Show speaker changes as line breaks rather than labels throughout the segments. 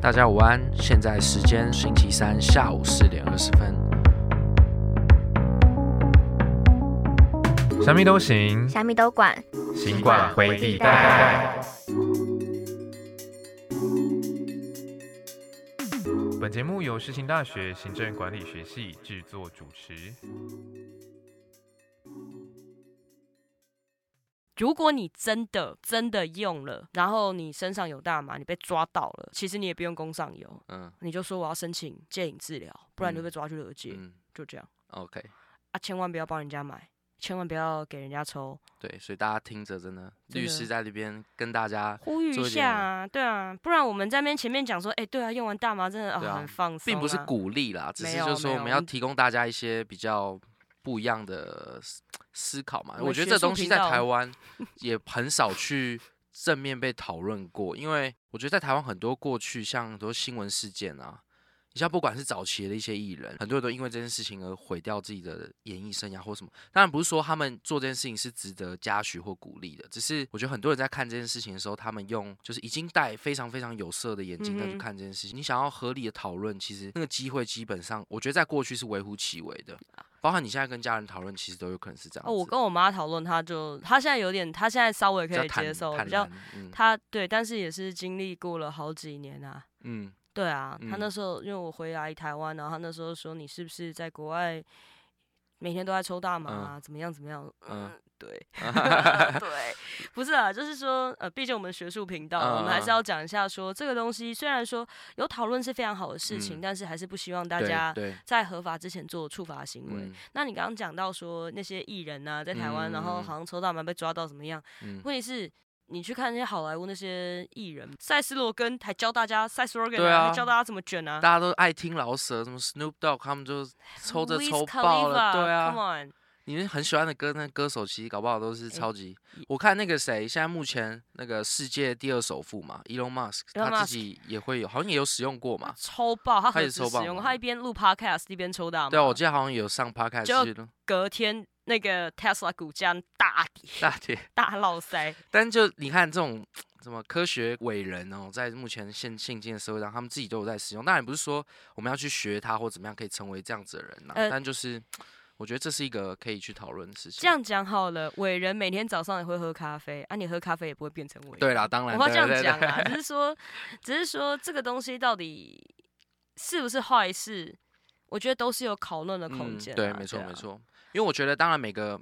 大家午安，现在时间星期三下午四点二十分。
什么都行，
虾米都管。
行
管
回
地带。
本节目由世新大学行政管理学系制作主持。
如果你真的真的用了，然后你身上有大麻，你被抓到了，其实你也不用供上游，
嗯
你就说我要申请戒瘾治疗，不然你就被抓去勒戒，
嗯
就这样
，OK，
啊！千万不要帮人家买，千万不要给人 家抽，
对，所以大家听着，真的，
真的
律师在这边跟大家，
呼吁
做
一
一点
下啊，对啊，不然我们在那边前面讲说，哎，对啊，用完大麻真的、
对啊
很放松、
并不是，鼓励啦，只
没
是
有
就是说
没
我
有
们要
我们
提供大家一些比较不一样的思思考嘛。
我
我
们
觉得
学
这
术
东西
频
在
道
台湾也很少去正面被讨论过，因为我觉得在台湾很多过去像很多新闻事件啊。你像不管是早期的一些艺人，很多人都因为这件事情而毁掉自己的演艺生涯或什么。当然不是说他们做这件事情是值得嘉许或鼓励的，只是我觉得很多人在看这件事情的时候，他们用就是已经戴非常非常有色的眼睛再
嗯
去
哼
看这件事情。你想要合理的讨论，其实那个机会基本上，我觉得在过去是微乎其微的。包含你现在跟家人讨论，其实都有可能是这样子。
啊哦，我跟我妈讨论，她就她现在有点，她现在稍微
比
可
较
以
坦
接受，
坦
比较
然嗯
她对，但是也是经历过了好几年啊，
嗯
对啊，他那
嗯
时候因为我回来台湾，然后他那时候说你是不是在国外每天都在抽大麻、
嗯
啊怎么样怎么样？
嗯
嗯， 对，对，不是啊，就是说呃，毕竟我们学术频道，我们还
嗯嗯
是要讲一下说这个东西，虽然说有讨论是非常好的事情，
嗯
但是还是不希望大
对
家。
对
在合法之前做触法行为，
嗯
那你刚刚讲到说那些艺人啊，在台湾，
嗯
然
嗯
后
嗯
好像抽大麻被抓到怎么样？
嗯
问题是，你去看那些好莱坞那些艺人，塞斯罗根还教大家塞斯罗根、
对啊
还教大家怎么卷啊
大，家都爱听老舍，什么 Snoop Dogg，他们就抽着
Wiz
抽爆了，
Khalifa，
对啊。
，Come on，
你们很喜欢的歌，那歌手其实搞不好都是超级。我看那个谁，现在目前那个世界第二首富嘛，Elon Musk，
Elon
他
Musk
自己也会有，好像也有使用过嘛。
抽爆，他
他
何
也
止
抽爆
使用过，
吗
他一边录 podcast 一边抽大麻，
对啊，我记得好像有上 podcast
就
记录
隔天那个 Tesla 股价大跌，
大铁，
大 落塞，
但就你看这种什么科学伟人哦，在目前现现今的社会上，他们自己都有在使用。当然不是说我们要去学他或怎么样可以成为这样子的人呐、
呃
但就是我觉得这是一个可以去讨论的事情。
这样讲好了，伟人每天早上也会喝咖啡，啊，你喝咖啡也不会变成伟人。
对啦，当然
我会这样
对对
讲 啊
对
啦，只是说，只是说这个东西到底是不是坏事，我觉得都是有讨论的空间、
嗯。
啊
对，没错、没。错。因为我觉得，当然每个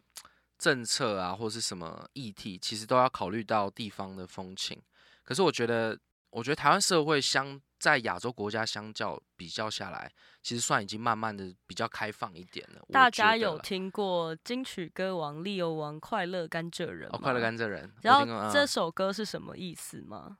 政策啊，或是什么议题，其实都要考虑到地方的风情。可是我觉得，我觉得台湾社会相在亚洲国家相较比较下来，其实算已经慢慢的比较开放一点了。我
大
觉
家
得
有
啦
听过金曲歌王利欧王《快乐甘蔗人》
哦，快乐
吗
甘蔗人，我
知道
听过
这
嗯
首歌是什么意思吗？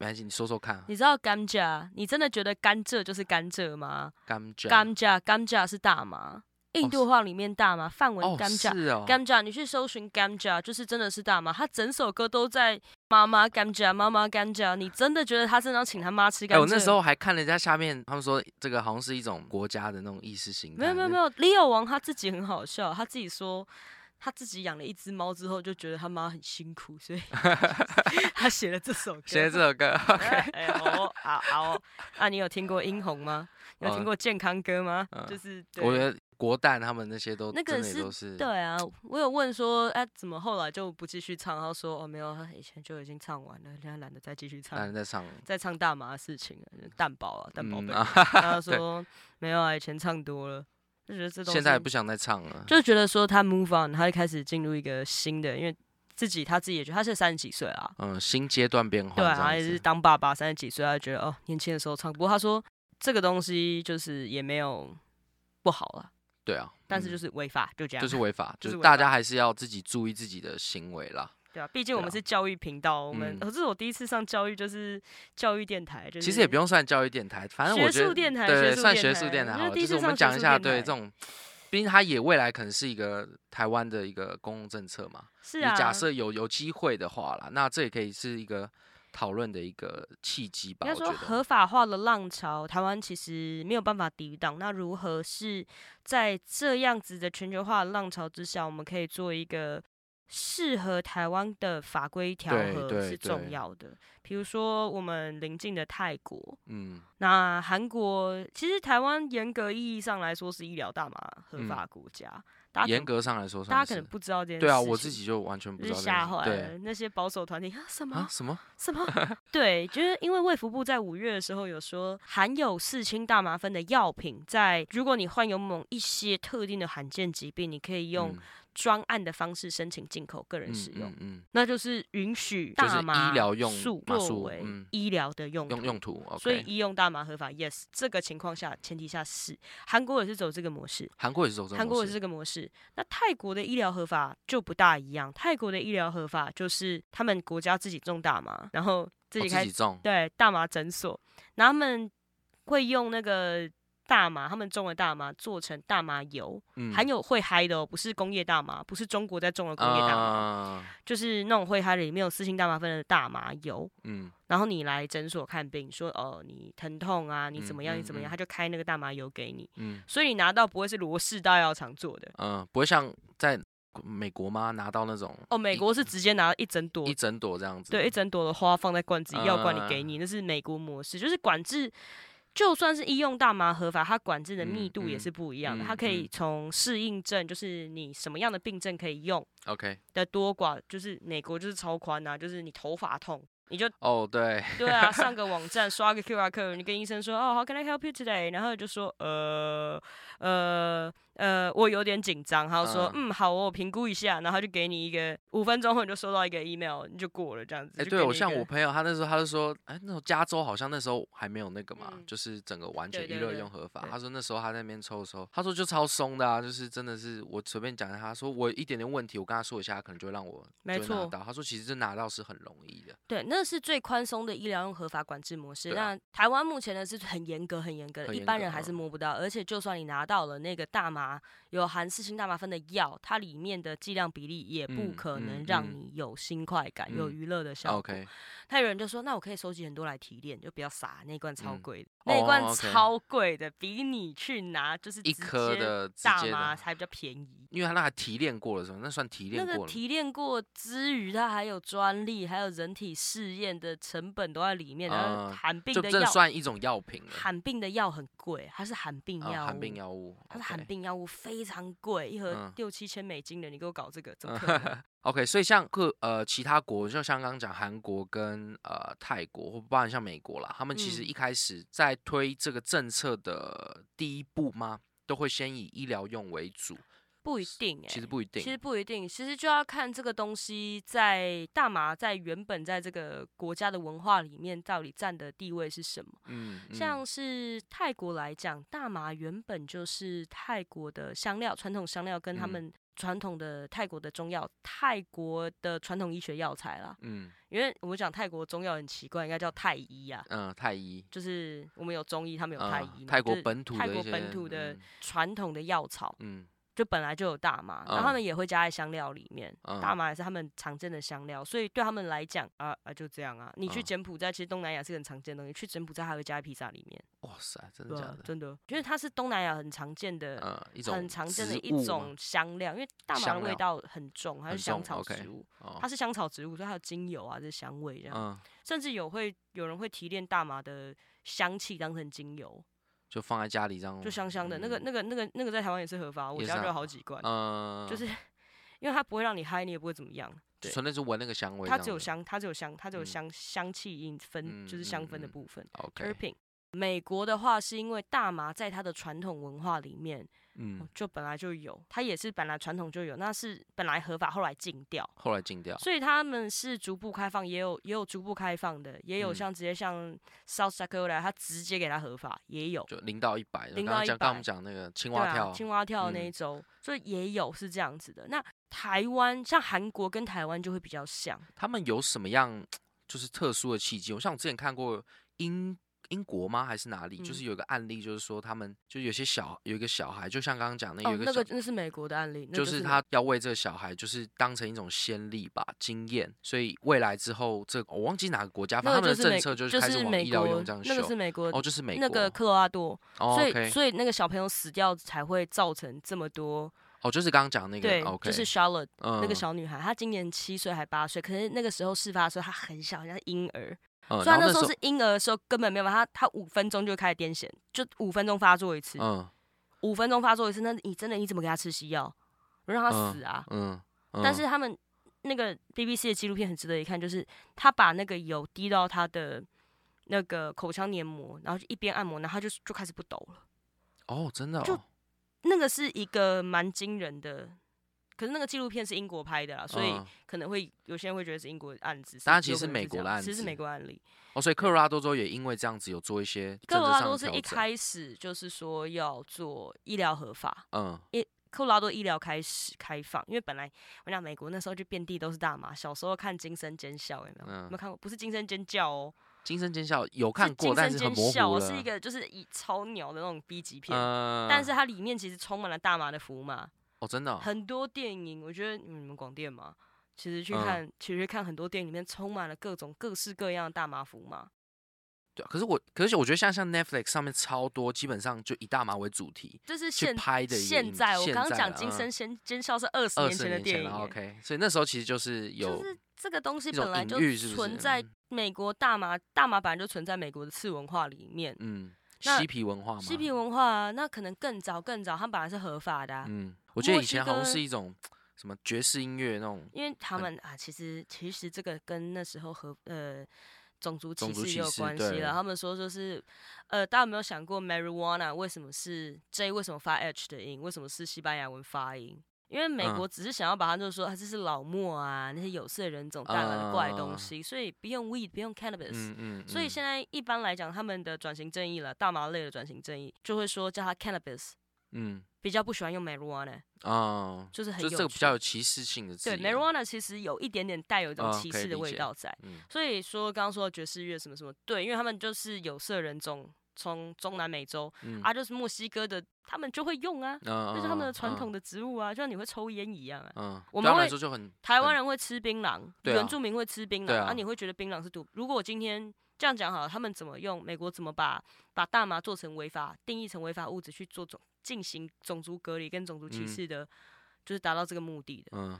没关系，你说说看啊，
你知道甘蔗？你真的觉得甘蔗就是甘蔗吗？
甘蔗
甘蔗，甘蔗是大麻，印度话里面大麻，梵文
哦
甘
是
蔗。
哦，
甘蔗，你去搜寻甘蔗，就是真的是大麻。他整首歌都在妈妈甘蔗，妈妈甘蔗。你真的觉得他真的要请他妈吃
哎、
甘蔗？
我那时候还看人家下面，他们说这个好像是一种国家的那种意识形态。
没有没有
就
没有，Leo 王他自己很好笑，他自己说他自己养了一只猫之后，就觉得他妈很辛苦，所以他写了这首歌。
现在这首歌，OK，
哎哦啊啊哦！啊，你有听过英红吗？你
嗯
有听过健康歌吗？
嗯
就是对
我觉得国蛋他们那些都
那个
真的也
是
都是
对啊，我有问说，哎、怎么后来就不继续唱？他说，哦，没有，他以前就已经唱完了，现在懒得再继续
男
唱
人，在唱，
再唱大麻的事情了，蛋堡啊，蛋堡
嗯
本。
啊，
他说没有啊，以前唱多了，就觉得这东西
现在也不想再唱了。
就觉得说他 move on，他就开始进入一个新的，因为自己他自己也觉得他是三十几岁啊，
嗯，新阶段变化，
对啊，
哦这样
他也
子
是当爸爸三十几岁，他就觉得哦，年轻的时候唱，不过他说这个东西就是也没有不好了，
对啊，、
但是就是是违法，就这样，啊
就是违法，就是
就是违
大
法
家还是要自己注意自己的行为啦。
对啊，毕竟我们
对啊
是教育频道，我们、
嗯
呃这是我第一次上教育，就是教育电台，就是
其实也不用算教育电台，反正我
学
觉得
术电台
对
学
对
术
算
电
学术
台
电台
我觉
好
得
了，
第一
就是
次
我们
上
讲
学
一
术
下
电
对
台
这种，毕竟它也未来可能是一个台湾的一个公共政策嘛。
是啊，
你假设有有机会的话啦，那这也可以是一个讨论的一个契机吧。
应该
我
说
觉
合
得，
法化的浪潮，台湾其实没有办法抵挡。那如何是在这样子的全球化的浪潮之下，我们可以做一个适合台湾的法规调
对
和
对
是
对
重要的。比如说我们邻近的泰国，
嗯，
那韩国其实台湾严格意义上来说是医疗大麻合法国家，大家可
嗯严
能
格上来说算是，
大家可能不知道这件事情。
对啊，我自己就完全不知
就
道这
是
件
吓
事
坏了
对
那些保守团体啊什么、
啊，什么？
什么？ 对，就是因为卫福部在五月的时候有说，含有四氢大麻酚的药品在，如果你患有某一些特定的罕见疾病，你可以用
嗯
专案的方式申请进口个人
嗯
使用，
嗯嗯，
那就是允许
就是
大麻
医疗用
素
麻
作
素
为
嗯
医疗的用途。
用用途
所以
，OK。
医用大麻合法，yes，这个情况下前提下是韩国也是走这个模式，
韩国也是走这种
韩国也是这个模式。那泰国的医疗合法就不大一样，泰国的医疗合法就是他们国家自己种大麻，然后自
我哦
己
自
开
己种，
对大麻诊所，然后他们会用那个大麻，他们种的大麻做成大麻油，
嗯，
含有会嗨的哦，不是工业大麻，不是中国在种的工业大麻，
啊
就是那种会嗨的里面有四氢大麻酚的大麻油。
嗯
然后你来诊所看病，说哦你疼痛啊，你怎么样，
嗯
你怎么
嗯
样，他就开那个大麻油给你，
嗯
所以你拿到不会是罗氏大药厂做的
嗯，不会像在美国吗？拿到那种
哦，美
一
国是直接拿一整朵
一整朵这样子，
哦对，一整朵的花放在罐子里，药罐里给
啊
你，那是美国模式，就是管制。就算是医用大麻合法，它管制的密
嗯
度也
嗯
是不一样的。
嗯
它可以
嗯
从适应症，就是你什么样的病症可以用
OK，
的多寡，就是美国就是超宽啊，就是你头发痛，你就
哦对，
对啊，上个网站刷个 QR code，你跟医生说哦、h o w can I help you today？然后就说呃呃呃，我有点紧张。他就说嗯好哦，我评估一下，然后他就给你一个五分钟后你就收到一个 email，你就过了这样子。
哎，
就
对
给
我
你一
像
个
我朋友，他那时候他就说，哎，那时候加州好像那时候还没有那个嘛，
嗯
就是整个完
对
全娱
对
乐
对
用合法。
对
他说那时候他在那边抽的时候，他说就超松的啊，就是真的是我随便讲一下，他说我有一点点问题，我跟他说一下，他可能就会让我
没
就会拿
错
到。他说其实这拿到是很容易的，
对，那是最宽松的医疗用合法管制模式。
对啊
那台湾目前呢是很严格、很严格的，
很
一
严
般
格
人还
嗯
是摸不到。而且就算你拿到了那个大麻有含四氢大麻酚的药，它里面的剂量比例也不
嗯
可能
嗯
让
嗯
你有新快感、有
嗯
娱乐的效果。
OK，
他有人就说，那我可以收集很多来提炼，就不要傻，那一罐超
嗯
贵的，那一
哦
罐
，OK
超贵的，比你去拿就是
一
直
颗
接
的直
大
接
麻
的，
还比较便宜。
因为他那还提炼过了是吗？那算提
那
炼
个
过了吗。
提炼过之余，它还有专利，还有人体试验的成本都在里面。然后
啊
罕病
就
的
这
药，
算一种药品了，
罕病的药很贵，它是罕病
啊
药物，
含病药物，
它是罕
OK
病药物，非常贵，一盒
嗯
六七千美金的，你给我搞这个，怎么可 能？
OK，所以像各呃其他国，就像刚刚讲韩国跟呃泰国，或包含像美国啦，他们其实
嗯
一开始在推这个政策的第一步吗，都会先以医疗用为主，
不一定哎、
其实不一定。
其实不一定，其实就要看这个东西在大麻在原本在这个国家的文化里面到底占的地位是什么。
嗯，嗯
像是泰国来讲，大麻原本就是泰国的香料，传统香料跟他
嗯
们传统的泰国的中药、泰国的传统医学药材啦。
嗯
因为我讲泰国中药很奇怪，应该叫泰医啊，
嗯、泰医，
就是我们有中医，他们有
啊
泰医嘛，
泰国
就是
本土
泰
的一
国本
些
土的
嗯
传统的药草，
嗯
就本来就有大麻，然后
嗯
他们也会加在香料里面。
嗯
大麻也是他们常见的香料，所以对他们来讲啊啊就这样啊。你去
嗯
柬埔寨，其实东南亚是很常见的东西，去柬埔寨还会加在披萨里面，
哇塞，真的
对
假
啊
的？
真的，因为它是东南亚很常见的、
呃，一种
很常见的
植物
一
吗
种香料，因为大麻的
香
味
料
道很重，它是
很
香
重
草
，OK
植物，
哦
它，是香草植物，所以它有精油啊，这香味这样，
嗯，
甚至有会有人会提炼大麻的香气当成精油，
就放在家里这样，
就香香的。那个
嗯
那个那个那个在台湾也是合法，我
也
家
是
就有
啊
好几罐，
呃，
就是因为它不会让你嗨，你也不会怎么样。对
纯粹是闻那个香味这
它
样子，
只有香，它只有香，它只有
嗯
香、香气因分，就
嗯
是香
嗯
氛的
嗯
部分。
，OK，
terpin，美国的话是因为大麻在它的传统文化里面、哦
嗯，
就本来就有，它也是本来传统就有，那是本来合法，后来禁掉。
后来禁掉，
所以他们是逐步开放，也有也有逐步开放的，也有
嗯
像直接像 South Dakota，它直接给它合法，也有。
就零到一百，
零
刚
到
刚讲刚刚我
100
们讲那个青
对
蛙
啊，
跳，
青蛙跳的那
嗯
一周，所以也有是这样子的。那台湾像韩国跟台湾就会比较像，
他们有什么样就是特殊的契机？我像我之前看过英英国吗？还是哪里？就
嗯
是有一个案例，就是说他们就有些小有一个小孩，就像刚刚讲那
哦
有，一
那
小
个。那是美国的案例，那
就
就是美
他要为这个小孩，就是当成一种先例吧，经验，所以未来之后，这我忘记哪个国家，反正
那
他
个
们
就
的
是美
政策就是
就
开始
是
往
美
医疗
国
用这样
那个是
秀。
美国
哦，就是美国
那个克罗阿多，
哦
所以
，OK，
所以那个小朋友死掉才会造成这么多
哦，就是刚刚讲那个，嗯
对
o k
就是 Charlotte
那
那个小女孩，她今年七岁还八岁，可是那个时候事发的时候她很小，像是婴儿。
嗯，
虽然
然后
那时
时
候是婴儿的时候根本没有办法，她她五分钟就开始癫痫，就五分钟发作一次，
嗯
五分钟发作一次，那你真的你怎么给她吃西药？让她
嗯
死啊！
嗯，嗯
但是他们那个 BBC 的纪录片很值得一看，就是他把那个油滴到他的那个口腔黏膜，然后就一边按摩，然后他就就开始不抖了。
哦，真的、哦，
就那个是一个蛮惊人的，可是那个纪录片是英国拍的啦，所以
嗯
可能会有些人会觉得是英国的案子，
当然
有
其实
可能
美
是这
国的
样
案
其实是
子
美国案例。
哦，所以科罗拉多州也因为这样子有做一些
科
政
罗
治
拉
上
多
的
是一
调整，
开始就是说要做医疗合法，
嗯
科罗拉多医疗开始开放，因为本来我讲美国那时候就遍地都是大麻，小时候看《惊声尖笑》有没有？
嗯
有没有看过？不是《惊声尖叫》哦，
惊声尖笑有
是
看过，
惊
但
声
是很
尖
模
笑
糊
哦，
了，
是一个就是以超鸟的那种 B 级片，
嗯，
但是它里面其实充满了大麻的符码，
哦，真的哦、
很多电影，我觉得嗯你们广电嘛，其实去
嗯
看，其实看很多电影里面充满了各种各式各样的大麻符码，
对，可是我，可是我觉得像像 Netflix 上面超多，基本上就以大麻为主题
这是
去
现
拍的一个
现
影
在我
现
刚刚
在
讲
的
《惊声
嗯
尖尖笑》是二十
二
年
十
前的
年
电
前
影
了
耶，
，OK，所以那时候其实就是有
就是这个东西
一种
本来
隐
就
喻是不
存
是
在
嗯
美国大麻，大麻本来就存在美国的次文化里面，
嗯
那
嬉皮文化嘛，
嬉皮文化啊，那可能更早更早，它本来是合法的、啊，
嗯，我记得
墨
以
西
前好像
哥
是一种什么爵士音乐那种，
因为他
很
们啊，其实其实这个跟那时候和呃种族
种
歧
族
视
歧
也有
视
关系
对
了。他们说就是，呃，大家有没有想过 marijuana 为什么是 J 为什么发 H 的音，为什么是西班牙文发音？因为美
嗯
国只是想要把它就是说，啊，这是老莫啊，那些有色人种带来的怪
啊
东西，所以不用 weed，不用 cannabis，、
嗯嗯，
所以
嗯
现在一般来讲，他们的转型正义了，大麻类的转型正义，就会说叫它 cannabis，
嗯
比较不喜欢用 marijuana，
啊，
就是很
就
有
是这个比较
趣
有歧视性的字
对
眼，
marijuana 其实有一点点带有一种
嗯
歧
可以
视的
理
味
解
道在。
嗯
所以说刚刚说的爵士乐什么什么，对，因为他们就是有色人种，从中南美洲、
嗯
啊，就是墨西哥的，他们就会用啊，
嗯，
那、
就是
他们的传统
的，
的植物啊，就像你会抽烟一样啊。
嗯，
我
对他
们
来
会
说就很
台湾
很
人会吃槟榔，
对
原
啊
住民会吃槟榔，
对啊
你会觉得槟榔是毒。如果我今天这样讲好了，他们怎么用美国怎么把把大麻做成违法，定义成违法物质去做种进行种族隔离跟种族歧
嗯
视的，就是达到这个目的的。
嗯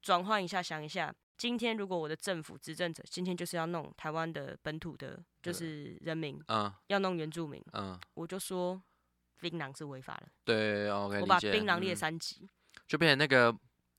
转换一下，想一下，今天如果我的政府执政者今天就是要弄台湾的本土的，
对
就是人民
嗯
要弄原住民，
嗯，
我就说槟榔是违法的，
对，OK，
我
理
把
解
槟榔列
嗯
三级。
就变成那个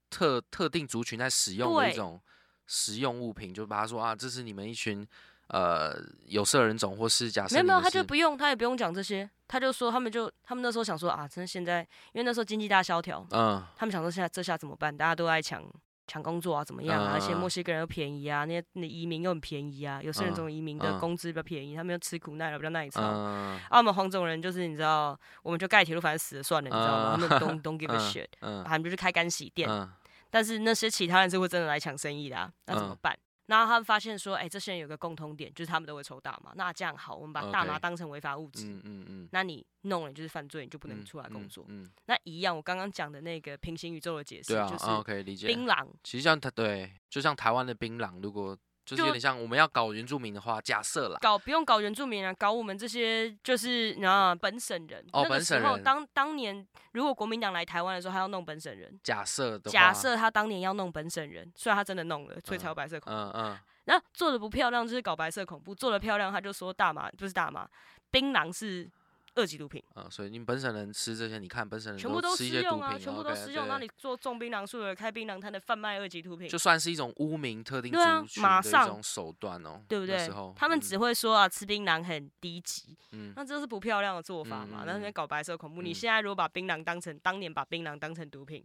特特定族群在使用的一
对
种食用物品，就把它说啊，这是你们一群呃有色人种，或啊是假设
没有
你
没有，
们
他就是不用，他也不用讲这些，他就说他们就他们那时候想说啊，真的现在因为那时候经济大萧条，
嗯
他们想说现在这下怎么办？大家都爱抢抢工作啊，怎么样啊？而且
嗯嗯嗯
墨西哥人又便宜啊，那些那移民又很便宜啊，有些人
嗯
种移民的
嗯
工资比较便宜，他们又吃苦耐劳，比较耐操。
嗯
啊，我们黄种人就是你知道，我们就盖铁路，反正死了算了，你知道吗？他们 don't don't give a
嗯
shit，、
嗯
啊他们就是开干洗店。
嗯
但是那些其他人是会真的来抢生意的、啊，那怎么
嗯
办？然后他们发现说，哎、这些人有个共通点，就是他们都会抽大麻。那这样好，我们把大麻
OK
当成违法物质。
嗯嗯嗯，
那你弄了你就是犯罪，你就不
不
能出来工作。
嗯，嗯
那一样，我刚刚讲的那个平行宇宙的解释，
对啊
就
啊
是
，OK，理解。
槟榔
其实像他对，就像台湾的槟榔，如果就是有
就
点像我们要搞原住民的话，假设啦，
搞不用搞原住民啊，搞我们这些就是你啊本省人。
哦
那个
本
时
省
候
人
当当年如果国民党来台湾的时候，他要弄本省人。
假设的话，
假设他当年要弄本省人，虽然他真的弄了，所以才有
嗯
白色恐怖。
嗯嗯
然后做的不漂亮就是搞白色恐怖，做的漂亮他就说大麻不是大麻，槟榔是二级毒品，
嗯，所以你们本省人吃这些，你看本省人
全部都
嗯吃
适
一些毒
用
品
啊，全部都
OK，
适用。
对
那你做种槟榔树的、开槟榔摊的贩卖二级毒品
就，算是一种污名特定
对啊
族群
马
的一
上
种手段哦，
对不
那
对
时候？
他们
嗯
只会说啊，吃槟榔很低级，
嗯
那这是不漂亮的做法嘛
嗯嗯？
那
嗯
边搞白色恐怖，你
嗯
现在如果把槟榔当成当年把槟榔当成毒品，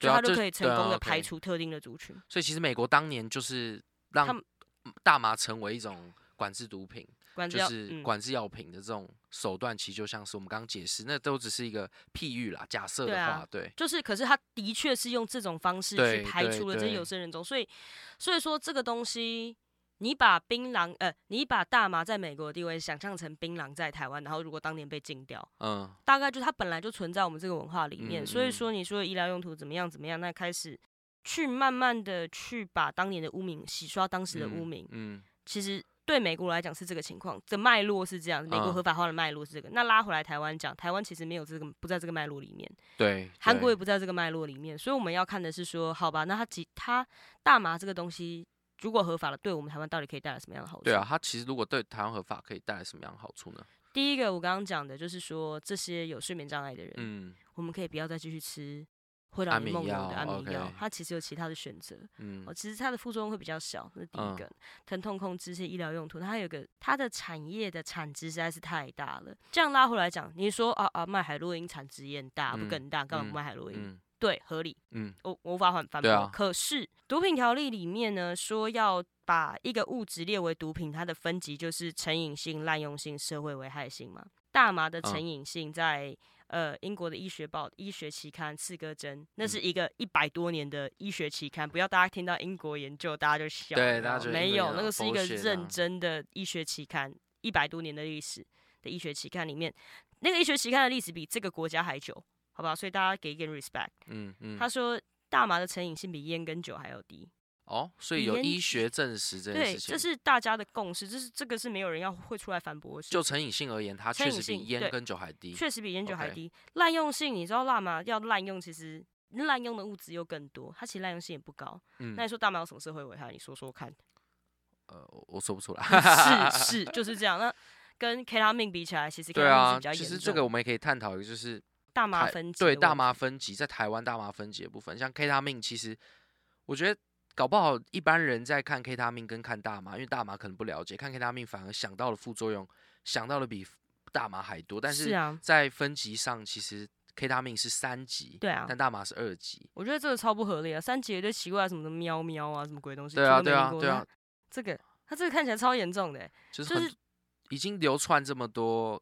就
对啊
他就
这
可以成
对啊
功的
，OK
排除特定的族群。
所以其实美国当年就是
他
让
们
大麻成为一种管制毒品，
管制
就
要
是
嗯
管制药品的这种手段，其实就像是我们刚刚解释，那都只是一个譬喻啦。假设
对
的
啊
话，对，
就是，可是他的确是用这种方式
对
去排
对
除了这些
对
有色人种，所以，所以说这个东西，你把槟榔，呃，你把大麻在美国的地位想象成槟榔在台湾，然后如果当年被禁掉，
嗯
大概就是它本来就存在我们这个文化里面，
嗯
所以
嗯
说你说医疗用途怎么样怎么样，那开始去慢慢的去把当年的污名洗刷当时的污名，
嗯，
其实对美国来讲是这个情况的脉络是这样，美国
嗯
合法化的脉络是这个。那拉回来台湾讲，台湾其实没有这个不在这个脉络里面，
对，
韩
对
国也不在这个脉络里面，所以我们要看的是说，好吧，那它其它大麻这个东西如果合法了，对我们台湾到底可以带来什么样的好处？
对啊，它其实如果对台湾合法可以带来什么样的好处呢？
第一个我刚刚讲的就是说，这些有睡眠障碍的人，
嗯
我们可以不要再继续吃会
安
让你
眠
梦游
药
的安眠药
，OK，
它其实有其他的选择。
嗯
哦，，其实它的副作用会比较小，这是第
嗯
一个。疼痛控制是医疗用途，它有个它的产业的产值实在是太大了。这样拉回来讲，你说啊啊，卖海洛因产值也很大，不
嗯
更大，干嘛
嗯
不卖海洛因？
嗯
对，合理，
嗯
我我无法反反
对
驳。
啊
可是毒品条例里面呢，说要把一个物质列为毒品，它的分级就是成瘾性、滥用性、社会危害性嘛。大麻的成
嗯
瘾性在、呃英国的医学报医学期刊《刺哥针》，那
嗯
是一个一百多年的医学期刊，不要大家听到英国研究大家就笑了，
对
你知
大家
道
觉得
没
英国
有
研，
那
究
个是一个
bullshit
认
啊
真的医学期刊，一百多年的历史的医学期刊里面，那个医学期刊的历史比这个国家还久，好不好？所以大家给一点 respect。
嗯嗯，
他说大麻的成瘾性比烟跟酒还要低，
哦，所以
比
有
烟
医学证实这件
对，
事情，
这是大家的共识，这是这个是没有人要会出来反驳的事
就
情。
成瘾性而言，它
成
确
瘾
实比
性
烟
对
跟酒还低。
确实比烟酒还
OK
低。滥用性，你知道大麻要滥用，其实滥用的物质又更多，它其实滥用性也不高。
嗯
那，你说大麻有什么社会危害？你说 说看。
呃，我我说不出来。
是是，就是这样。那跟 K 他命比起来，其实 K
对
他
啊，
命比较
其
严
实
重。
这个我们也可以探讨一个，就是
大麻
台
分级
对
的
大
问
麻
题
分级，在台湾大麻分级的部分，像 K 他命，其实我觉得搞不好一般人在看 K 他命跟看大麻，因为大麻可能不了解，看 K 他命反而想到的副作用，想到的比大麻还多。但
是
是
啊，
在分级上，其实 K 他命是三级，
对啊
但大麻是二级。
我觉得这个超不合理啊！三姐对奇怪什么的喵喵啊，什么鬼东西，
对
听
啊
都没
对
听
啊
过
对
那
啊
这个他这个看起来超严重的欸、
就是
就
很
是
多已经流传这么多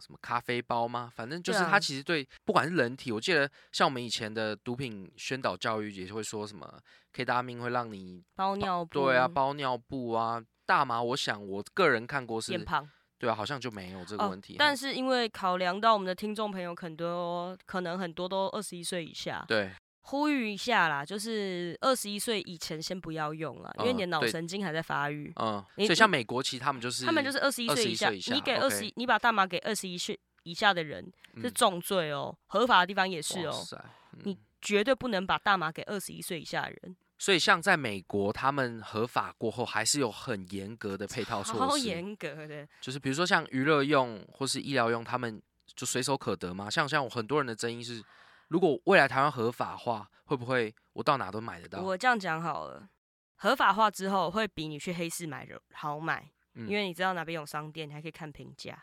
什么咖啡包吗？反正就
对
是它
啊
其实对不管是人体，我记得像我们以前的毒品宣导教育也是会说什么 K 大命会让你
包尿布，
对啊包尿布啊大麻，我想我个人看过
变
是，
胖
对啊好像就没有这个
哦
问题，哈，
但是因为考量到我们的听众朋友很多，可能很多都二十一岁以下，
对
呼吁一下啦，就是二十一岁以前先不要用了，因为
嗯
你的脑
对
神经还在发育。
嗯，
你
所以像美国其实他们就是
他们就是二十一岁
21
以下，
岁以下
你给
OK
二十、你把大麻给二十一岁以下的人是
嗯
重罪哦，合法的地方也是
哇
哦，
塞嗯
你绝对不能把大麻给二十一岁以下的人。
所以像在美国，他们合法过后还是有很严格的配套措施，
超严格的，
就是比如说像娱乐用或是医疗用，他们就随手可得嘛。像像我很多人的争议是，如果未来台湾合法化，会不会我到哪都买得到？
我这样讲好了，合法化之后会比你去黑市买的好买，
嗯
因为你知道哪边有商店，你还可以看评价，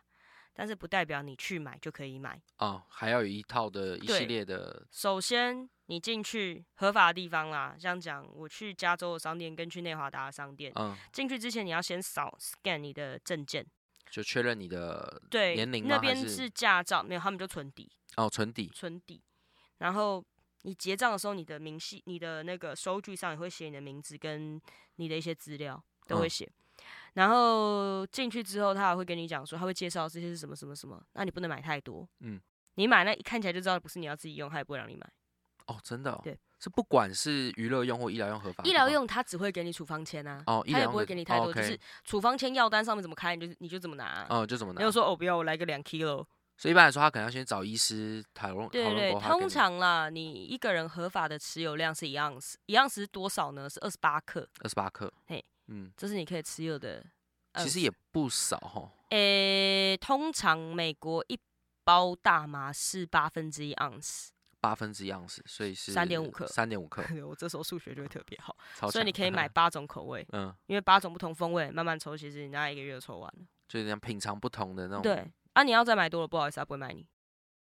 但是不代表你去买就可以买。
啊、还要有一套的一系
对
列的，
首先，你进去合法的地方啦，这样讲，我去加州的商店跟去内华达的商店，
嗯，
进去之前你要先扫 scan 你的证件，
就确认你的
对，
年龄吗
那
还
边
是
是驾照，没有，他们就存底，
哦存底，
存底，然后。你结账的时候，你的明细、你的那个收据上也会写你的名字跟你的一些资料，都会
嗯
写。然后进去之后，他还会跟你讲说，他会介绍这些是什么什么什么，那你不能买太多。
嗯
嗯，你买那一看起来就知道不是你要自己用，他也不会让你买。
哦真的、哦，
对，
是不管是娱乐用或医疗用合法的
医
地
疗
方，
用他只会给你处方签啊，
啊哦医疗
他也
用
不会
的
给你太
哦
多，就
OK
是处方签药单上面怎么开，你就你就怎么拿啊、
哦、就怎么
没有
拿？
说哦，不要，我来个两 kilo。
所以一般来说，他可能要先找医师讨论
对
讨论
对
过，后，
通常啦，你一个人合法的持有量是一盎司，一盎司是多少呢？是二十八克，
二十八克，
嘿，
嗯，
这是你可以持有的盎司。
其实也不少哈，
诶、通常美国一包大麻是八分之一盎司，
八分之一样式，所以是
3.5克
三点五克，
我这时候数学就会特别好，
超
所以
哦强
你可 以买，八种口味，
嗯。
因为八种不同风味慢慢抽，其实你大概一个月就抽完了。
就是这样品尝不同的那种。
对，啊，你要再买多了，不好意思，他不会卖你，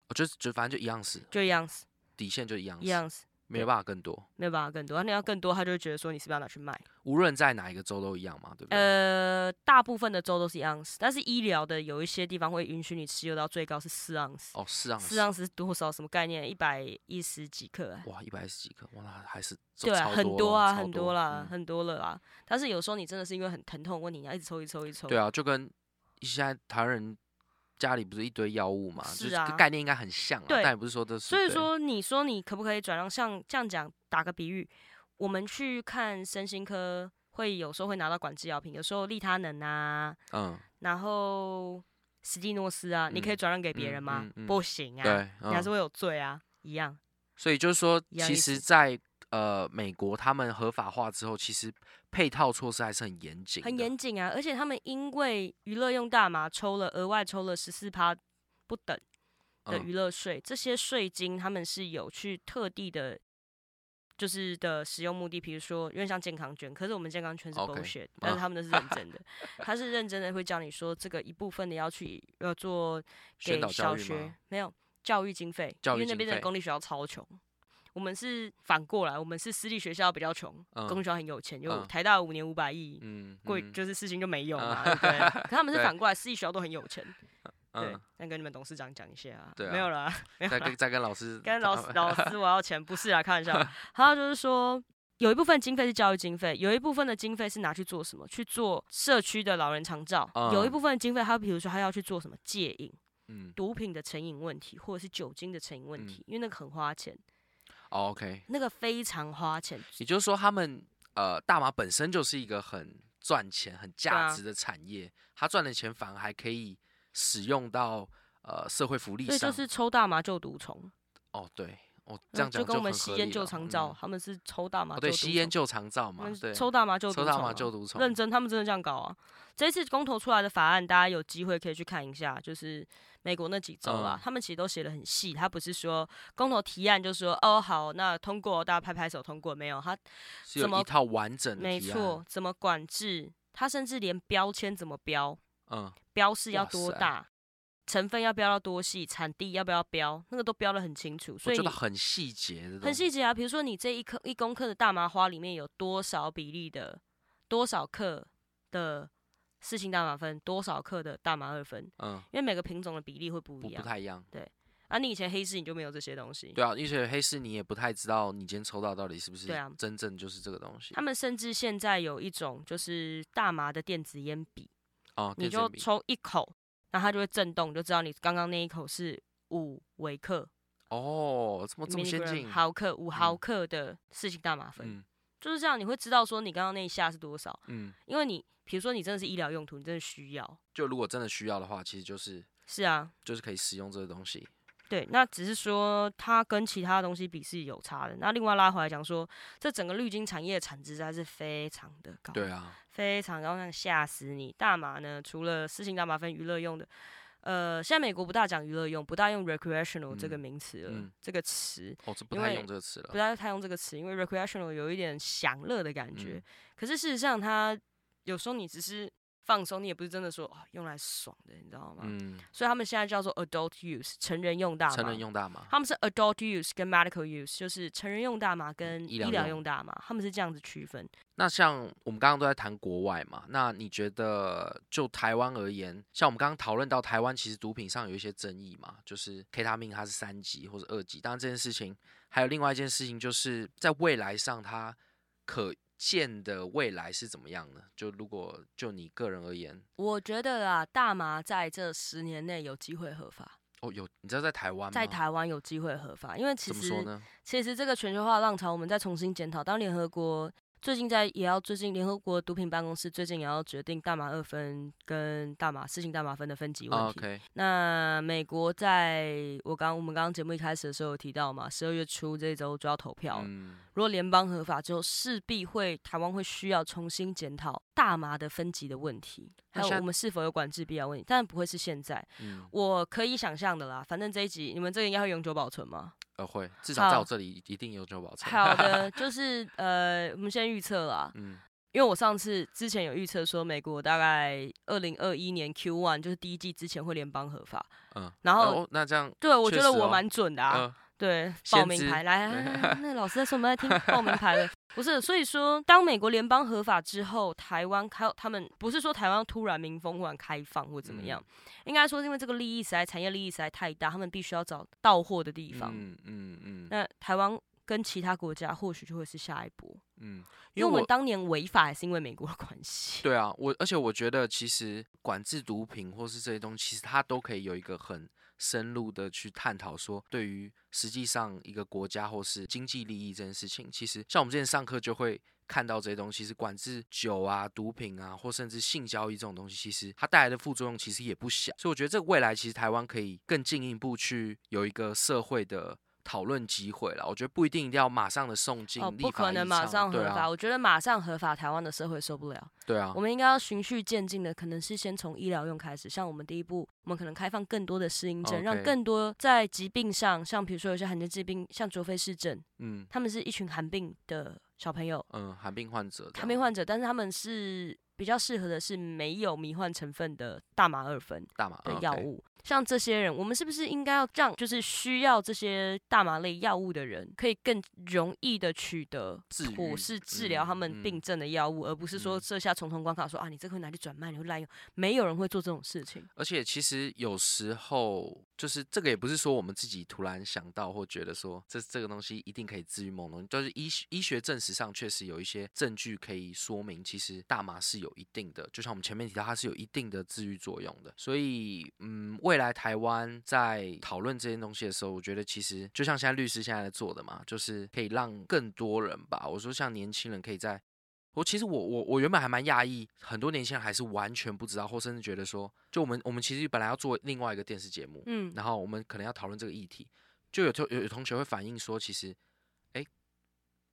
我觉得就反正就一样是
就一样子，
底线就一样
一
是，
样子，
没
对
有办法更多。
没有办法更多。啊你要更多，他就会觉得说你是不是要拿去卖？
无论在哪一个州都一样嘛，对不对？
呃，大部分的州都是一盎司，但是医疗的有一些地方会允许你持有到最高是四盎司。
哦，是啊，
四盎司是多少？什么概念？一百一十几克、啊？
哇，一百十几克，哇，那还是
对啊，
超
很
多
多
咯
啊，
超
很
多
多啦，
嗯
很多了啊。但是有时候你真的是因为很疼痛的问题，你要一直抽，一直抽，一直抽。
对啊，就跟现在台湾人家里不是一堆药物嘛，就是这个
啊
概念应该很像啊，
对
但也不是说都是。
所以
对，
说，你说你可不可以转让？像这样讲，打个比喻，我们去看身心科。会有时候会拿到管制药品，有时候利他能啊，
嗯，
然后史蒂诺斯啊，你可以
嗯
转让给别人吗？
嗯嗯嗯
不行啊，
对，
你还是
嗯
会有罪啊，一样。
所以就是说，
一样
其
意
实
思
在，呃美国他们合法化之后，其实配套措施还是很严谨，
很严，谨啊，而且他们因为娱乐用大麻抽了额外抽了十四趴不等的
嗯
娱乐税，这些税金他们是有去特地的，就是的使用目的，比如说因为像健康券，可是我们健康券是
OK，嗯
bullshit，、但是他们的是认 真的，他是认真的会教你说这个一部分的要去要做
宣
给
导
小
教育
学
吗？
没有教育经费，
教育
因为那
经
边的
费
公立学校超穷。我们是反过来，我们是私立学校比较穷，
嗯
公立学校很有钱，有
嗯
台大五年五百亿，
嗯，
贵
嗯
就是事情就没有
啊
嘛，对不对？ 可他们是
对
反过来，私立学校都很有钱，对
嗯，，
那跟你们董事长讲一下啊
对，啊
没有啦，没有
再
啦
跟，再跟老师呃
跟老师
讨
老师我要钱，不是啦，开 玩笑。还有就是说，有一部分经费是教育经费，有一部分的经费是拿去做什么？去做社区的老人长照，有一
嗯
部分经费还有比如说他要去做什么戒瘾、
嗯
毒品的成瘾问题，或者是酒精的成瘾问
嗯
题，因为那个很花钱，
哦，OK，
那个非常花钱，
也就是说，他们呃，大麻本身就是一个很赚钱、很价
啊
值的产业，他赚的钱反而还可以使用到呃社会福利
所以
上。
就是抽大麻就毒虫，
哦，对，哦，这
那
样讲
嗯就跟我们
很
吸
合
烟
理
就
了
长照，
嗯
他们是抽大麻
哦，
就
对，
毒
吸烟
虫
就长照嘛
那，
对，
抽大麻就
抽
毒
大
虫
麻
啊
就毒虫，
认真，他们真的这样搞啊！这一次公投出来的法案，大家有机会可以去看一下，就是美国那几州啦，
嗯
他们其实都写的很细。他不是说公投提案就说哦好，那通过大家拍拍手通过没有？他
是有
怎么
一套完整的
没
提案
错，，怎么管制？他甚至连标签怎么标，
嗯，
标示要
哇
多
塞
大，成分要标到多细，产地要不要标，那个都标的很清楚。
我
所以
觉得
你
很细节的，
很细，节啊，比如说你这一克一公克的大麻花里面有多少比例的多少克的四氢大麻酚，多少克的大麻二酚，
嗯，
因为每个品种的比例会不
不
一
不
样。
太一样。
啊，你以前黑市你就没有这些东西，
对啊，而且黑市你也不太知道你今天抽到到底是不是
对啊
真正就是这个东西
他们甚至现在有一种就是大麻的电子烟笔，
哦，
你
电子
就
烟笔
抽一口，然后它就会震动，就知道你刚刚那一口是五微克，
哦，这么这么先
milligram
进，
毫克五毫
嗯
克的四氢大麻酚，
嗯
就是这样，你会知道说你刚刚那一下是多少。
嗯，
因为你比如说你真的是医疗用途，你真的需要，
就如果真的需要的话，其实就是
是啊，
就是可以使用这个东西。
对，那只是说它跟其他东西比是有差的。那另外拉回来讲说，这整个绿金产业的产值还是非常的高，
对啊，
非常高，那吓死你。大麻呢，除了私信大麻分娱乐用的。呃，现在美国不大讲娱乐用，不大用 recreational 这个
嗯
名词了，
嗯
这个词
哦，这不
因
太
为
用这个词
不
了。
大太用这个词，因为 recreational 有一点享乐的感觉。
嗯
可是事实上，它有时候你只是放松，你也不是真的说、哦、用来爽的，你知道吗？
嗯，
所以他们现在叫做 adult use，成人用大麻。
成人，用大麻，
他们是 adult use 跟 medical use，就是成人用大麻跟
嗯医
医
疗
疗
用
用大麻，他们是这样子区分。
那像我们刚刚都在谈国外嘛，那你觉得就台湾而言，像我们刚刚讨论到台湾，其实毒品上有一些争议嘛，就是 K 他命它是三级或者二级，当然这件事情，还有另外一件事情就是在未来上它可见的未来是怎么样呢？就如果就你个人而言，
我觉得啊，大麻在这十年内有机会合法，
哦，有你知道在台湾吗？
在台湾有机会合法，因为其
怎么说
实
呢？
其实这个全球化浪潮，我们再重新检讨。当联合国最近在也要最近联合国毒品办公室最近也要决定大麻二分跟大麻四型大麻分的分级问
啊
题。
，OK，
那美国在我刚我们刚刚节目一开始的时候有提到嘛，十二月初这周就要投票了。
嗯，
如果联邦合法之后，势必会台湾会需要重新检讨大麻的分级的问题，
那
还有
现在
我们是否有管制必要问题，但不会是现在。
嗯
我可以想象的啦，反正这一集你们这个应该会永久保 存吗？
呃，会，至少在
好
我这里一定有久保存。
好的，就是呃，我们先预测啦，
嗯，
因为我上次之前有预测说，美国大概二零二一年 Q one 就是第一季之前会联邦合法，
嗯，
然后、
哦，那这样，
对我觉
确
得
实
我
哦
蛮准的啊。
呃，
对，
先
报名
知
牌来，啊 那老师在说我们在听报名牌了，不是？所以说，当美国联邦合法之后，台湾还有他们不是说台湾突然民风忽然开放或怎么样，
嗯
应该说因为这个利益实在产业利益实在太大，他们必须要找到货的地方。
嗯嗯嗯
那台湾跟其他国家或许就会是下一波，
嗯，
因为我们当年违法也是因为美国的关系。
对啊，我而且我觉得其实管制毒品或是这些东西，其实它都可以有一个很深入的去探讨，说对于实际上一个国家或是经济利益这件事情，其实像我们之前上课就会看到这些东西，是管制酒啊、毒品啊，或甚至性交易这种东西，其实它带来的副作用其实也不小。所以我觉得这个未来其实台湾可以更进一步去有一个社会的讨论机会了。我觉得不一定一定要马上的送进
哦，
立
不
法
可
议
能马
场
上
对
合法，
啊，
我觉得马上合法，台湾的社会受不了。
对啊
我，们应该要循序渐进的，可能是先从医疗用开始，像我们第一步，我们可能开放更多的适应症，让
OK
更多在疾病上，像比如说有些罕见疾病，像卓菲氏症，
嗯
他们是一群寒病的小朋友，
嗯，寒病患者这样，
寒病患者，但是他们是比较适合的是没有迷幻成分的大麻二酚
大麻嗯
的
，OK
药物。像这些人，我们是不是应该要让就是需要这些大麻类药物的人，可以更容易的取得
治愈
妥适治疗他
嗯
们
嗯
病症的药物，而不是说
嗯
设下重重关卡说，啊，你这个会拿去转卖，你会滥用，没有人会做这种事情。
而且其实有时候就是这个也不是说我们自己突然想到或觉得说这这个东西一定可以治愈某种，就是医学医学证实上确实有一些证据可以说明，其实大麻是有一定的，就像我们前面提到，它是有一定的治愈作用的。所以，嗯，未来台湾在讨论这些东西的时候，我觉得其实就像现在律师现在在做的嘛，就是可以让更多人吧，我说像年轻人可以在。我其实我我我原本还蛮讶异，很多年轻人还是完全不知道，或甚至觉得说，就我们我们其实本来要做另外一个电视节目，
嗯，
然后我们可能要讨论这个议题，就有同有有同学会反映说，其实，哎，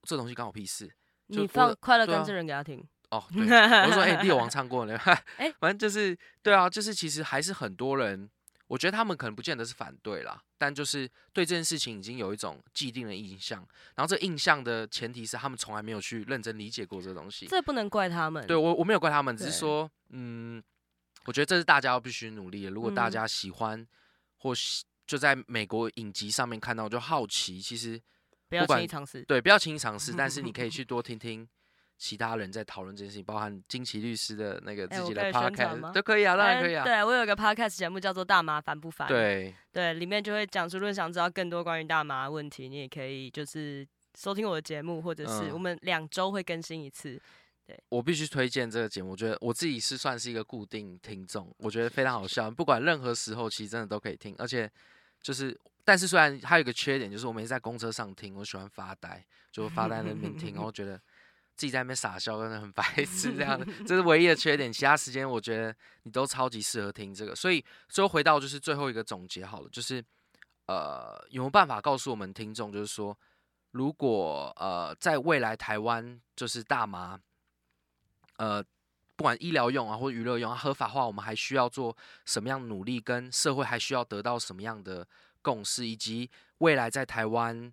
这东西关我屁事就
你
我
放
的
快乐
对
跟
啊
这人给他听。
哦。对，我就说哎，猎王唱过了，
诶
反正就是对啊，就是其实还是很多人，我觉得他们可能不见得是反对啦，但就是对这件事情已经有一种既定的印象，然后这印象的前提是他们从来没有去认真理解过这东西，
这不能怪他们。
对我我没有怪他们，只是
对
说，嗯，我觉得这是大家必须努力的。如果大
嗯
家喜欢、或喜就在美国影集上面看到，就好奇，其实
不要
不管
轻易尝试。
对，不要轻易尝试，但是你可 以去多听听。其他人在讨论这件事情，包含金奇律师的那个
哎
自
我
己
可
的
以宣传
podcast
吗
都可以啊，当然可以
嗯
啊。
对我有一个 podcast 节目叫做《大麻烦不烦》。
对，
对，里面就会讲出，如果想知道更多关于大麻的问题，你也可以就是收听我的节目，或者是
嗯
我们两周会更新一次。
我必须推荐这个节目，我觉得我自己是算是一个固定听众，我觉得非常好笑，不管任何时候其实真的都可以听，而且就是，但是虽然它有一个缺点，就是我每次在公车上听，我喜欢发呆，就发呆在那边听，然后觉得自己在那边傻笑，真的很白痴这样的，这是唯一的缺点。其他时间我觉得你都超级适合听这个，所以最后回到就是最后一个总结好了，就是呃，有没有办法告诉我们听众，就是说，如果呃在未来台湾就是大麻呃，不管医疗用啊或娱乐用、啊，合法化，我们还需要做什么样的努力，跟社会还需要得到什么样的共识，以及未来在台湾，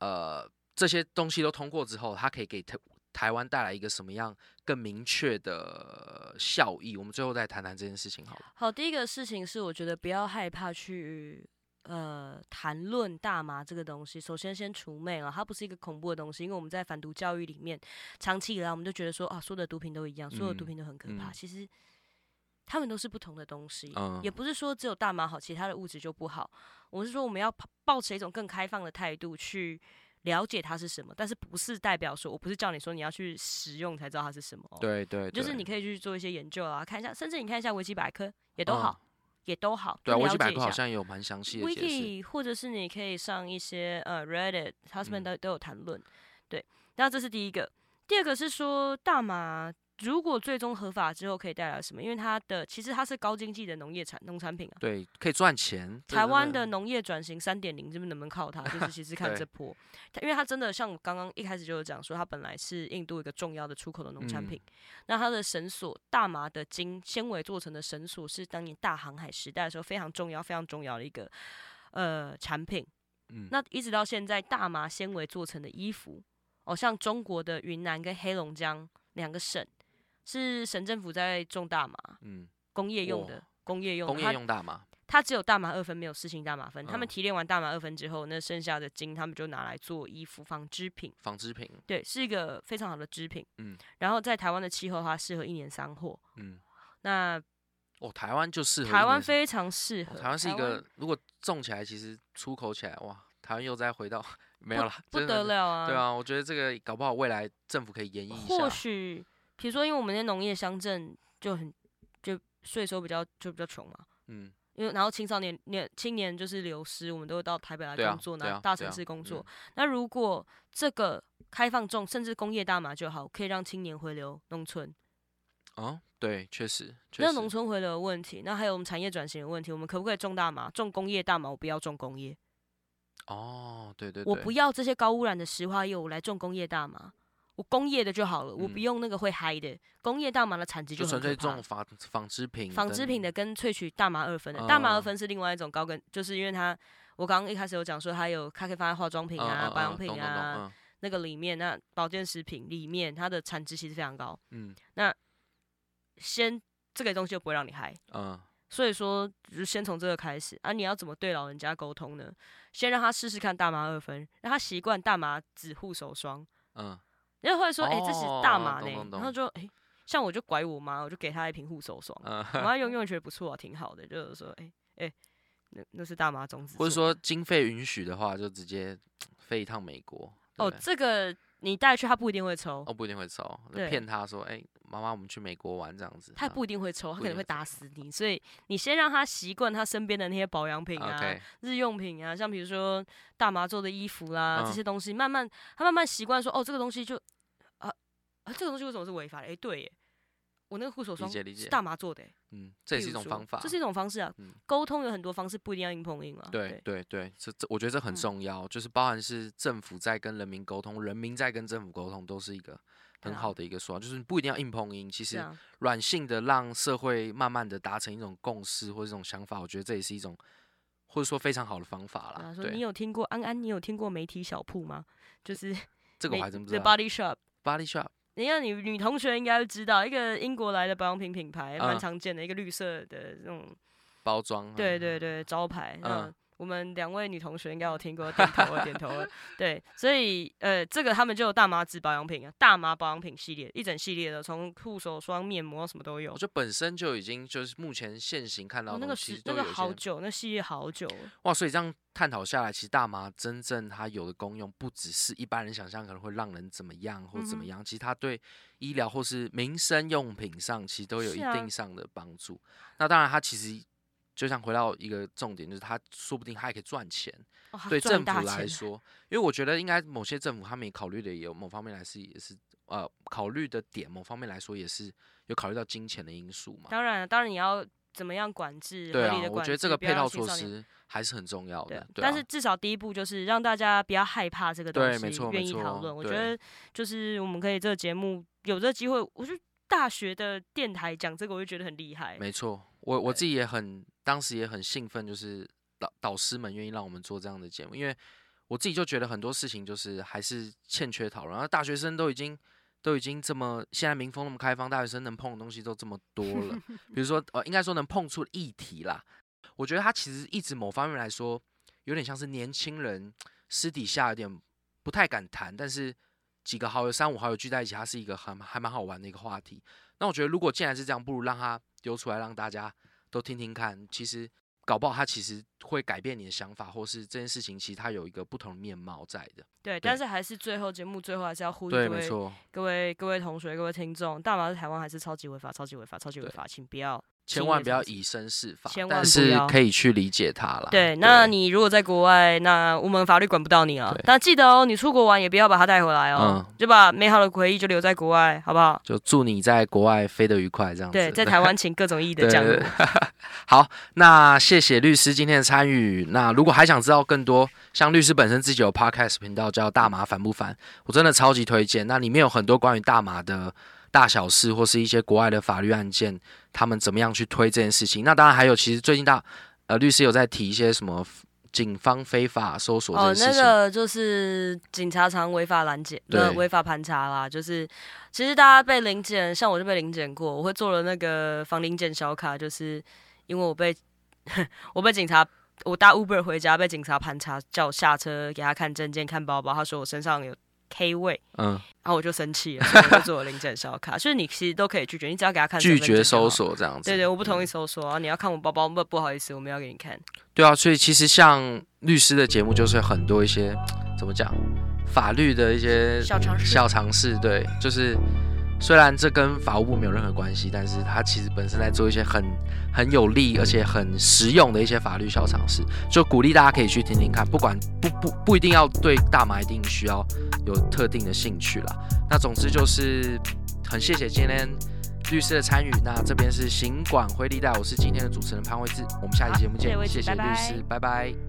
呃，这些东西都通过之后，它可以给台台湾带来一个什么样更明确的效益？我们最后再谈谈这件事情好了。
好，第一个事情是，我觉得不要害怕去呃谈论大麻这个东西。首先，先除魅了，它不是一个恐怖的东西，因为我们在反毒教育里面，长期以来我们就觉得说啊，所有的毒品都一样，所有的毒
嗯
品都很可怕。
嗯
其实它们都是不同的东西，
嗯
也不是说只有大麻好，其他的物质就不好。我是说，我们要抱抱持一种更开放的态度去。了解它是什么，但是不是代表说，我不是叫你说你要去使用才知道它是什么、哦。
对对
就是你可以去做一些研究啊，看一下，甚至你看一下维基百科也都
嗯
好，也都好，
对啊，
就
维
了
基百
解一
科好
下
像也有蛮详细的解释。
Wiki，或者是你可以上一些呃 Reddit、Husband
嗯
都都有谈论。对，那这是第一个。第二个是说大麻如果最终合法之后可以带来什么？因为它的其实它是高经济的农业产农产品啊。
对，可以赚钱。这
台
真
湾的农业转型三点零，这边能不能靠它？就是其实看
对
这波，它因为它真的像我刚刚一开始就有讲说，它本来是印度一个重要的出口的农产品。
嗯
那它的绳索，大麻的茎纤维做成的绳索，是当年大航海时代的时候非常重要、非常重要的一个呃产品。
嗯，
那一直到现在，大麻纤维做成的衣服，哦，像中国的云南跟黑龙江两个省，是省政府在种大麻，
嗯，
工业用
哇
的。工业用的，
工
它
业用大麻。
它只有大麻二酚，没有事情大麻酚。他们
嗯
提炼完大麻二酚之后，那剩下的精他们就拿来做衣服、纺织品，
纺织品，
对，是一个非常好的织品。
嗯，
然后在台湾的气候，它适合一年三货。
嗯，
那
哦，台湾就适合一
台湾
年
非常适合，
哦台湾是一个，如果种起来，其实出口起来，哇，台湾又再回到 没有啦，
不
真的
得
是。
了啊！
对，啊，我觉得这个搞不好未来政府可以演绎
或
一下。
许比如说，因为我们那农业乡镇就很就税收比较就比较穷嘛，
嗯，
因为然后青少年年青年就是流失，我们都会到台北来
对啊
工作，
对
那、
啊
大
对
城
啊
市工作。
嗯
那如果这个开放重，甚至工业大麻就好，可以让青年回流农村。
哦，对，确实，确
那
实，
农村回流的问题，那还有我们产业转型的问题，我们可不可以种大麻？种工业大麻，我不要种工业，
哦，对对对，
我不要这些高污染的石化业，我来种工业大麻。我工业的就好了，我不
嗯
用那个会嗨的。工业大麻的产值
就
很
纯
可
粹
怕
种纺纺织品，
纺织品的，跟萃取大麻二酚的，大麻二
嗯
酚是另外一种高跟，就是因为它，我刚刚一开始有讲说它有，它可以放在化妆品啊、
嗯
保养
嗯
品
懂懂懂
啊那个里面，那保健食品里面它的产值其实非常高。
嗯
先这个东西就不会让你嗨，
嗯
所以说就先从这个开始啊。你要怎么对老人家沟通呢？先让他试试看大麻二酚，让他习惯大麻纸护手霜，
嗯
然后会说，哎、这是大麻
哦
呢
懂懂，懂
然后就哎、像我就拐我妈，我就给她一瓶护手霜。
嗯
我
嗯，
妈用用觉得不错、啊，挺好的，就是说，哎、哎、那那是大麻种子做的，
或者说经费允许的话，就直接飞一趟美国。对
哦，
不对
这个你带去，他不一定会抽，
哦，不一定会抽，就
对
骗他说，哎，妈妈，我们去美国玩这样子。
他
啊
不一定会抽，他
不
可
一定
能会
会嗯
打死你，所以你先让他习惯他身边的那些保养品啊、
，OK，
日用品啊，像比如说大麻做的衣服啦、这
嗯
些东西，慢慢他慢慢习惯说，哦，这个东西就啊啊，这个东西为什么是违法的？哎、对耶，我那个护手
理
霜
解理
是
解
大麻做的耶，
嗯，这也
譬
是一
如
种
说
方法，
这是一种方式啊
嗯。
沟、通有很多方式，不一定要硬碰硬啊。
对对对，这这我觉得这很
嗯
重要，就是包含是政府在跟人民沟通，人民在跟政府沟通，都是一个
对
很
啊
好的一个说法，就是不一定要硬碰硬，其
是
实
啊，
软性的让社会慢慢的达成一种共识或者一种想法，我觉得这也是一种或者说非常好的方法
对
啦
啊，。说你
对，
有听过安安，你有听过媒体小铺吗？就是
这个我
美
还真不
The
知道。
Body Shop。
Body Shop，
你看你女同学应该会知道，一个英国来的保养品品牌，蛮
嗯
常见的一个绿色的那种，
包装啊，
对对对，招牌。嗯
嗯，
我们两位女同学应该有听过，点头了点头了。对，所以呃，这个他们就有大麻纸保养品啊，大麻保养品系列一整系列的，从护手霜、面膜什么都有
我。觉得本身就已经就是目前现行看到
哦
的
那
东
个
西
是
都
那
有
个
一
好
些
久，那系列好久了。
哇，所以这样探讨下来，其实大麻真正它有的功用，不只是一般人想象可能会让人怎么样或怎么
嗯哼
样，其实它对医疗或是民生用品上，其实都有
是
一
啊
定上的帮助。那当然，它其实就像回到一个重点，就是它说不定它还可以赚钱。
哦
对
赚
政府
大钱啊
来
了
说，因为我觉得应该某些政府他们也考虑的也有某方面来是也是呃考虑的点，某方面来说也是有考虑到金钱的因素嘛。
当然，当然你要怎么样管制？
对
合
啊
理的，
我
管
觉得这
制
个
不要
配
让
套
青
措
少年
施还是很重要
对
的。，对啊
但是至少第一步就是让大家不要害怕这个东
对
西，
没错
愿
没
意讨
错
论。我觉
对
得就是我们可以这个节目有这个机会，我就大学的电台讲这个，我就觉得很厉害。
没错，我我
对
自己也很，当时也很兴奋，就是导导师们愿意让我们做这样的节目，因为我自己就觉得很多事情就是还是欠缺讨论，然后大学生都已经都已经这么现在民风那么开放，大学生能碰的东西都这么多了，比如说呃，应该说能碰触的议题啦，我觉得它其实一直某方面来说，有点像是年轻人私底下有点不太敢谈，但是几个好友三五好友聚在一起，它是一个很还蛮好玩的一个话题。那我觉得如果既然是这样，不如让它丢出来，让大家都听听看。其实搞不好它其实会改变你的想法，或是这件事情其实它有一个不同的面貌在的。
对，但
对
是还是最后节目最后还是要呼吁
对，
各
没
位
错，
各位各位同学、各位听众，大麻在台湾还是超级违法、超级违法、超级违
对啊
法，请不要。
千
轻
万
易
不要
尝试
以身试法，
千万
但
不
是
要
可以去理解它啦。
对，那你如果在国外，那我们法律管不到你啊
对。
但记得哦，你出国玩也不要把它带回来哦，
嗯
就把美好的回忆就留在国外，好不好？
就祝你在国外飞得愉快，这样子。
对，在台湾请各种意义的
对
降
对
落。
好，那谢谢律师今天的参与。那如果还想知道更多，像律师本身自己有 podcast 频道叫“大麻烦不烦”，我真的超级推荐。那里面有很多关于大麻的大小事，或是一些国外的法律案件，他们怎么样去推这件事情。那当然还有，其实最近大呃律师有在提一些什么警方非法搜索
哦
这，件
那
事情。
个就是警察常违法拦截，
对
呃，违法盘查啦。就是其实大家被临检，像我就被临检过，我会做了那个防临检小卡，就是因为我被 我被警察。我搭 Uber 回家，被警察盘查，叫我下车，给他看证件、看包包。他说我身上有 K 位，
嗯，
然后我就生气了，所以我就做了临检小卡。 就是你其实都可以拒绝，你只要给他看
拒
身份证
绝
就
搜。
好
索这样子。
对对，我不同
嗯
意搜索啊！你要看我包包，不不好意思，我没有给你看。
对啊，所以其实像律师的节目，就是很多一些嗯怎么讲，法律的一些
小常识。
小尝试，对，就是虽然这跟法务部没有任何关系，但是它其实本身在做一些很很有利而且很实用的一些法律小常识，就鼓励大家可以去听听看，不管不不不一定要对大麻一定需要有特定的兴趣啦。那总之就是很谢谢今天律师的参与，那这边是行管会历代，我是今天的主持人潘慧智，我们下期节目见，
好谢谢
谢
慧智
谢
拜
律
拜
师，拜拜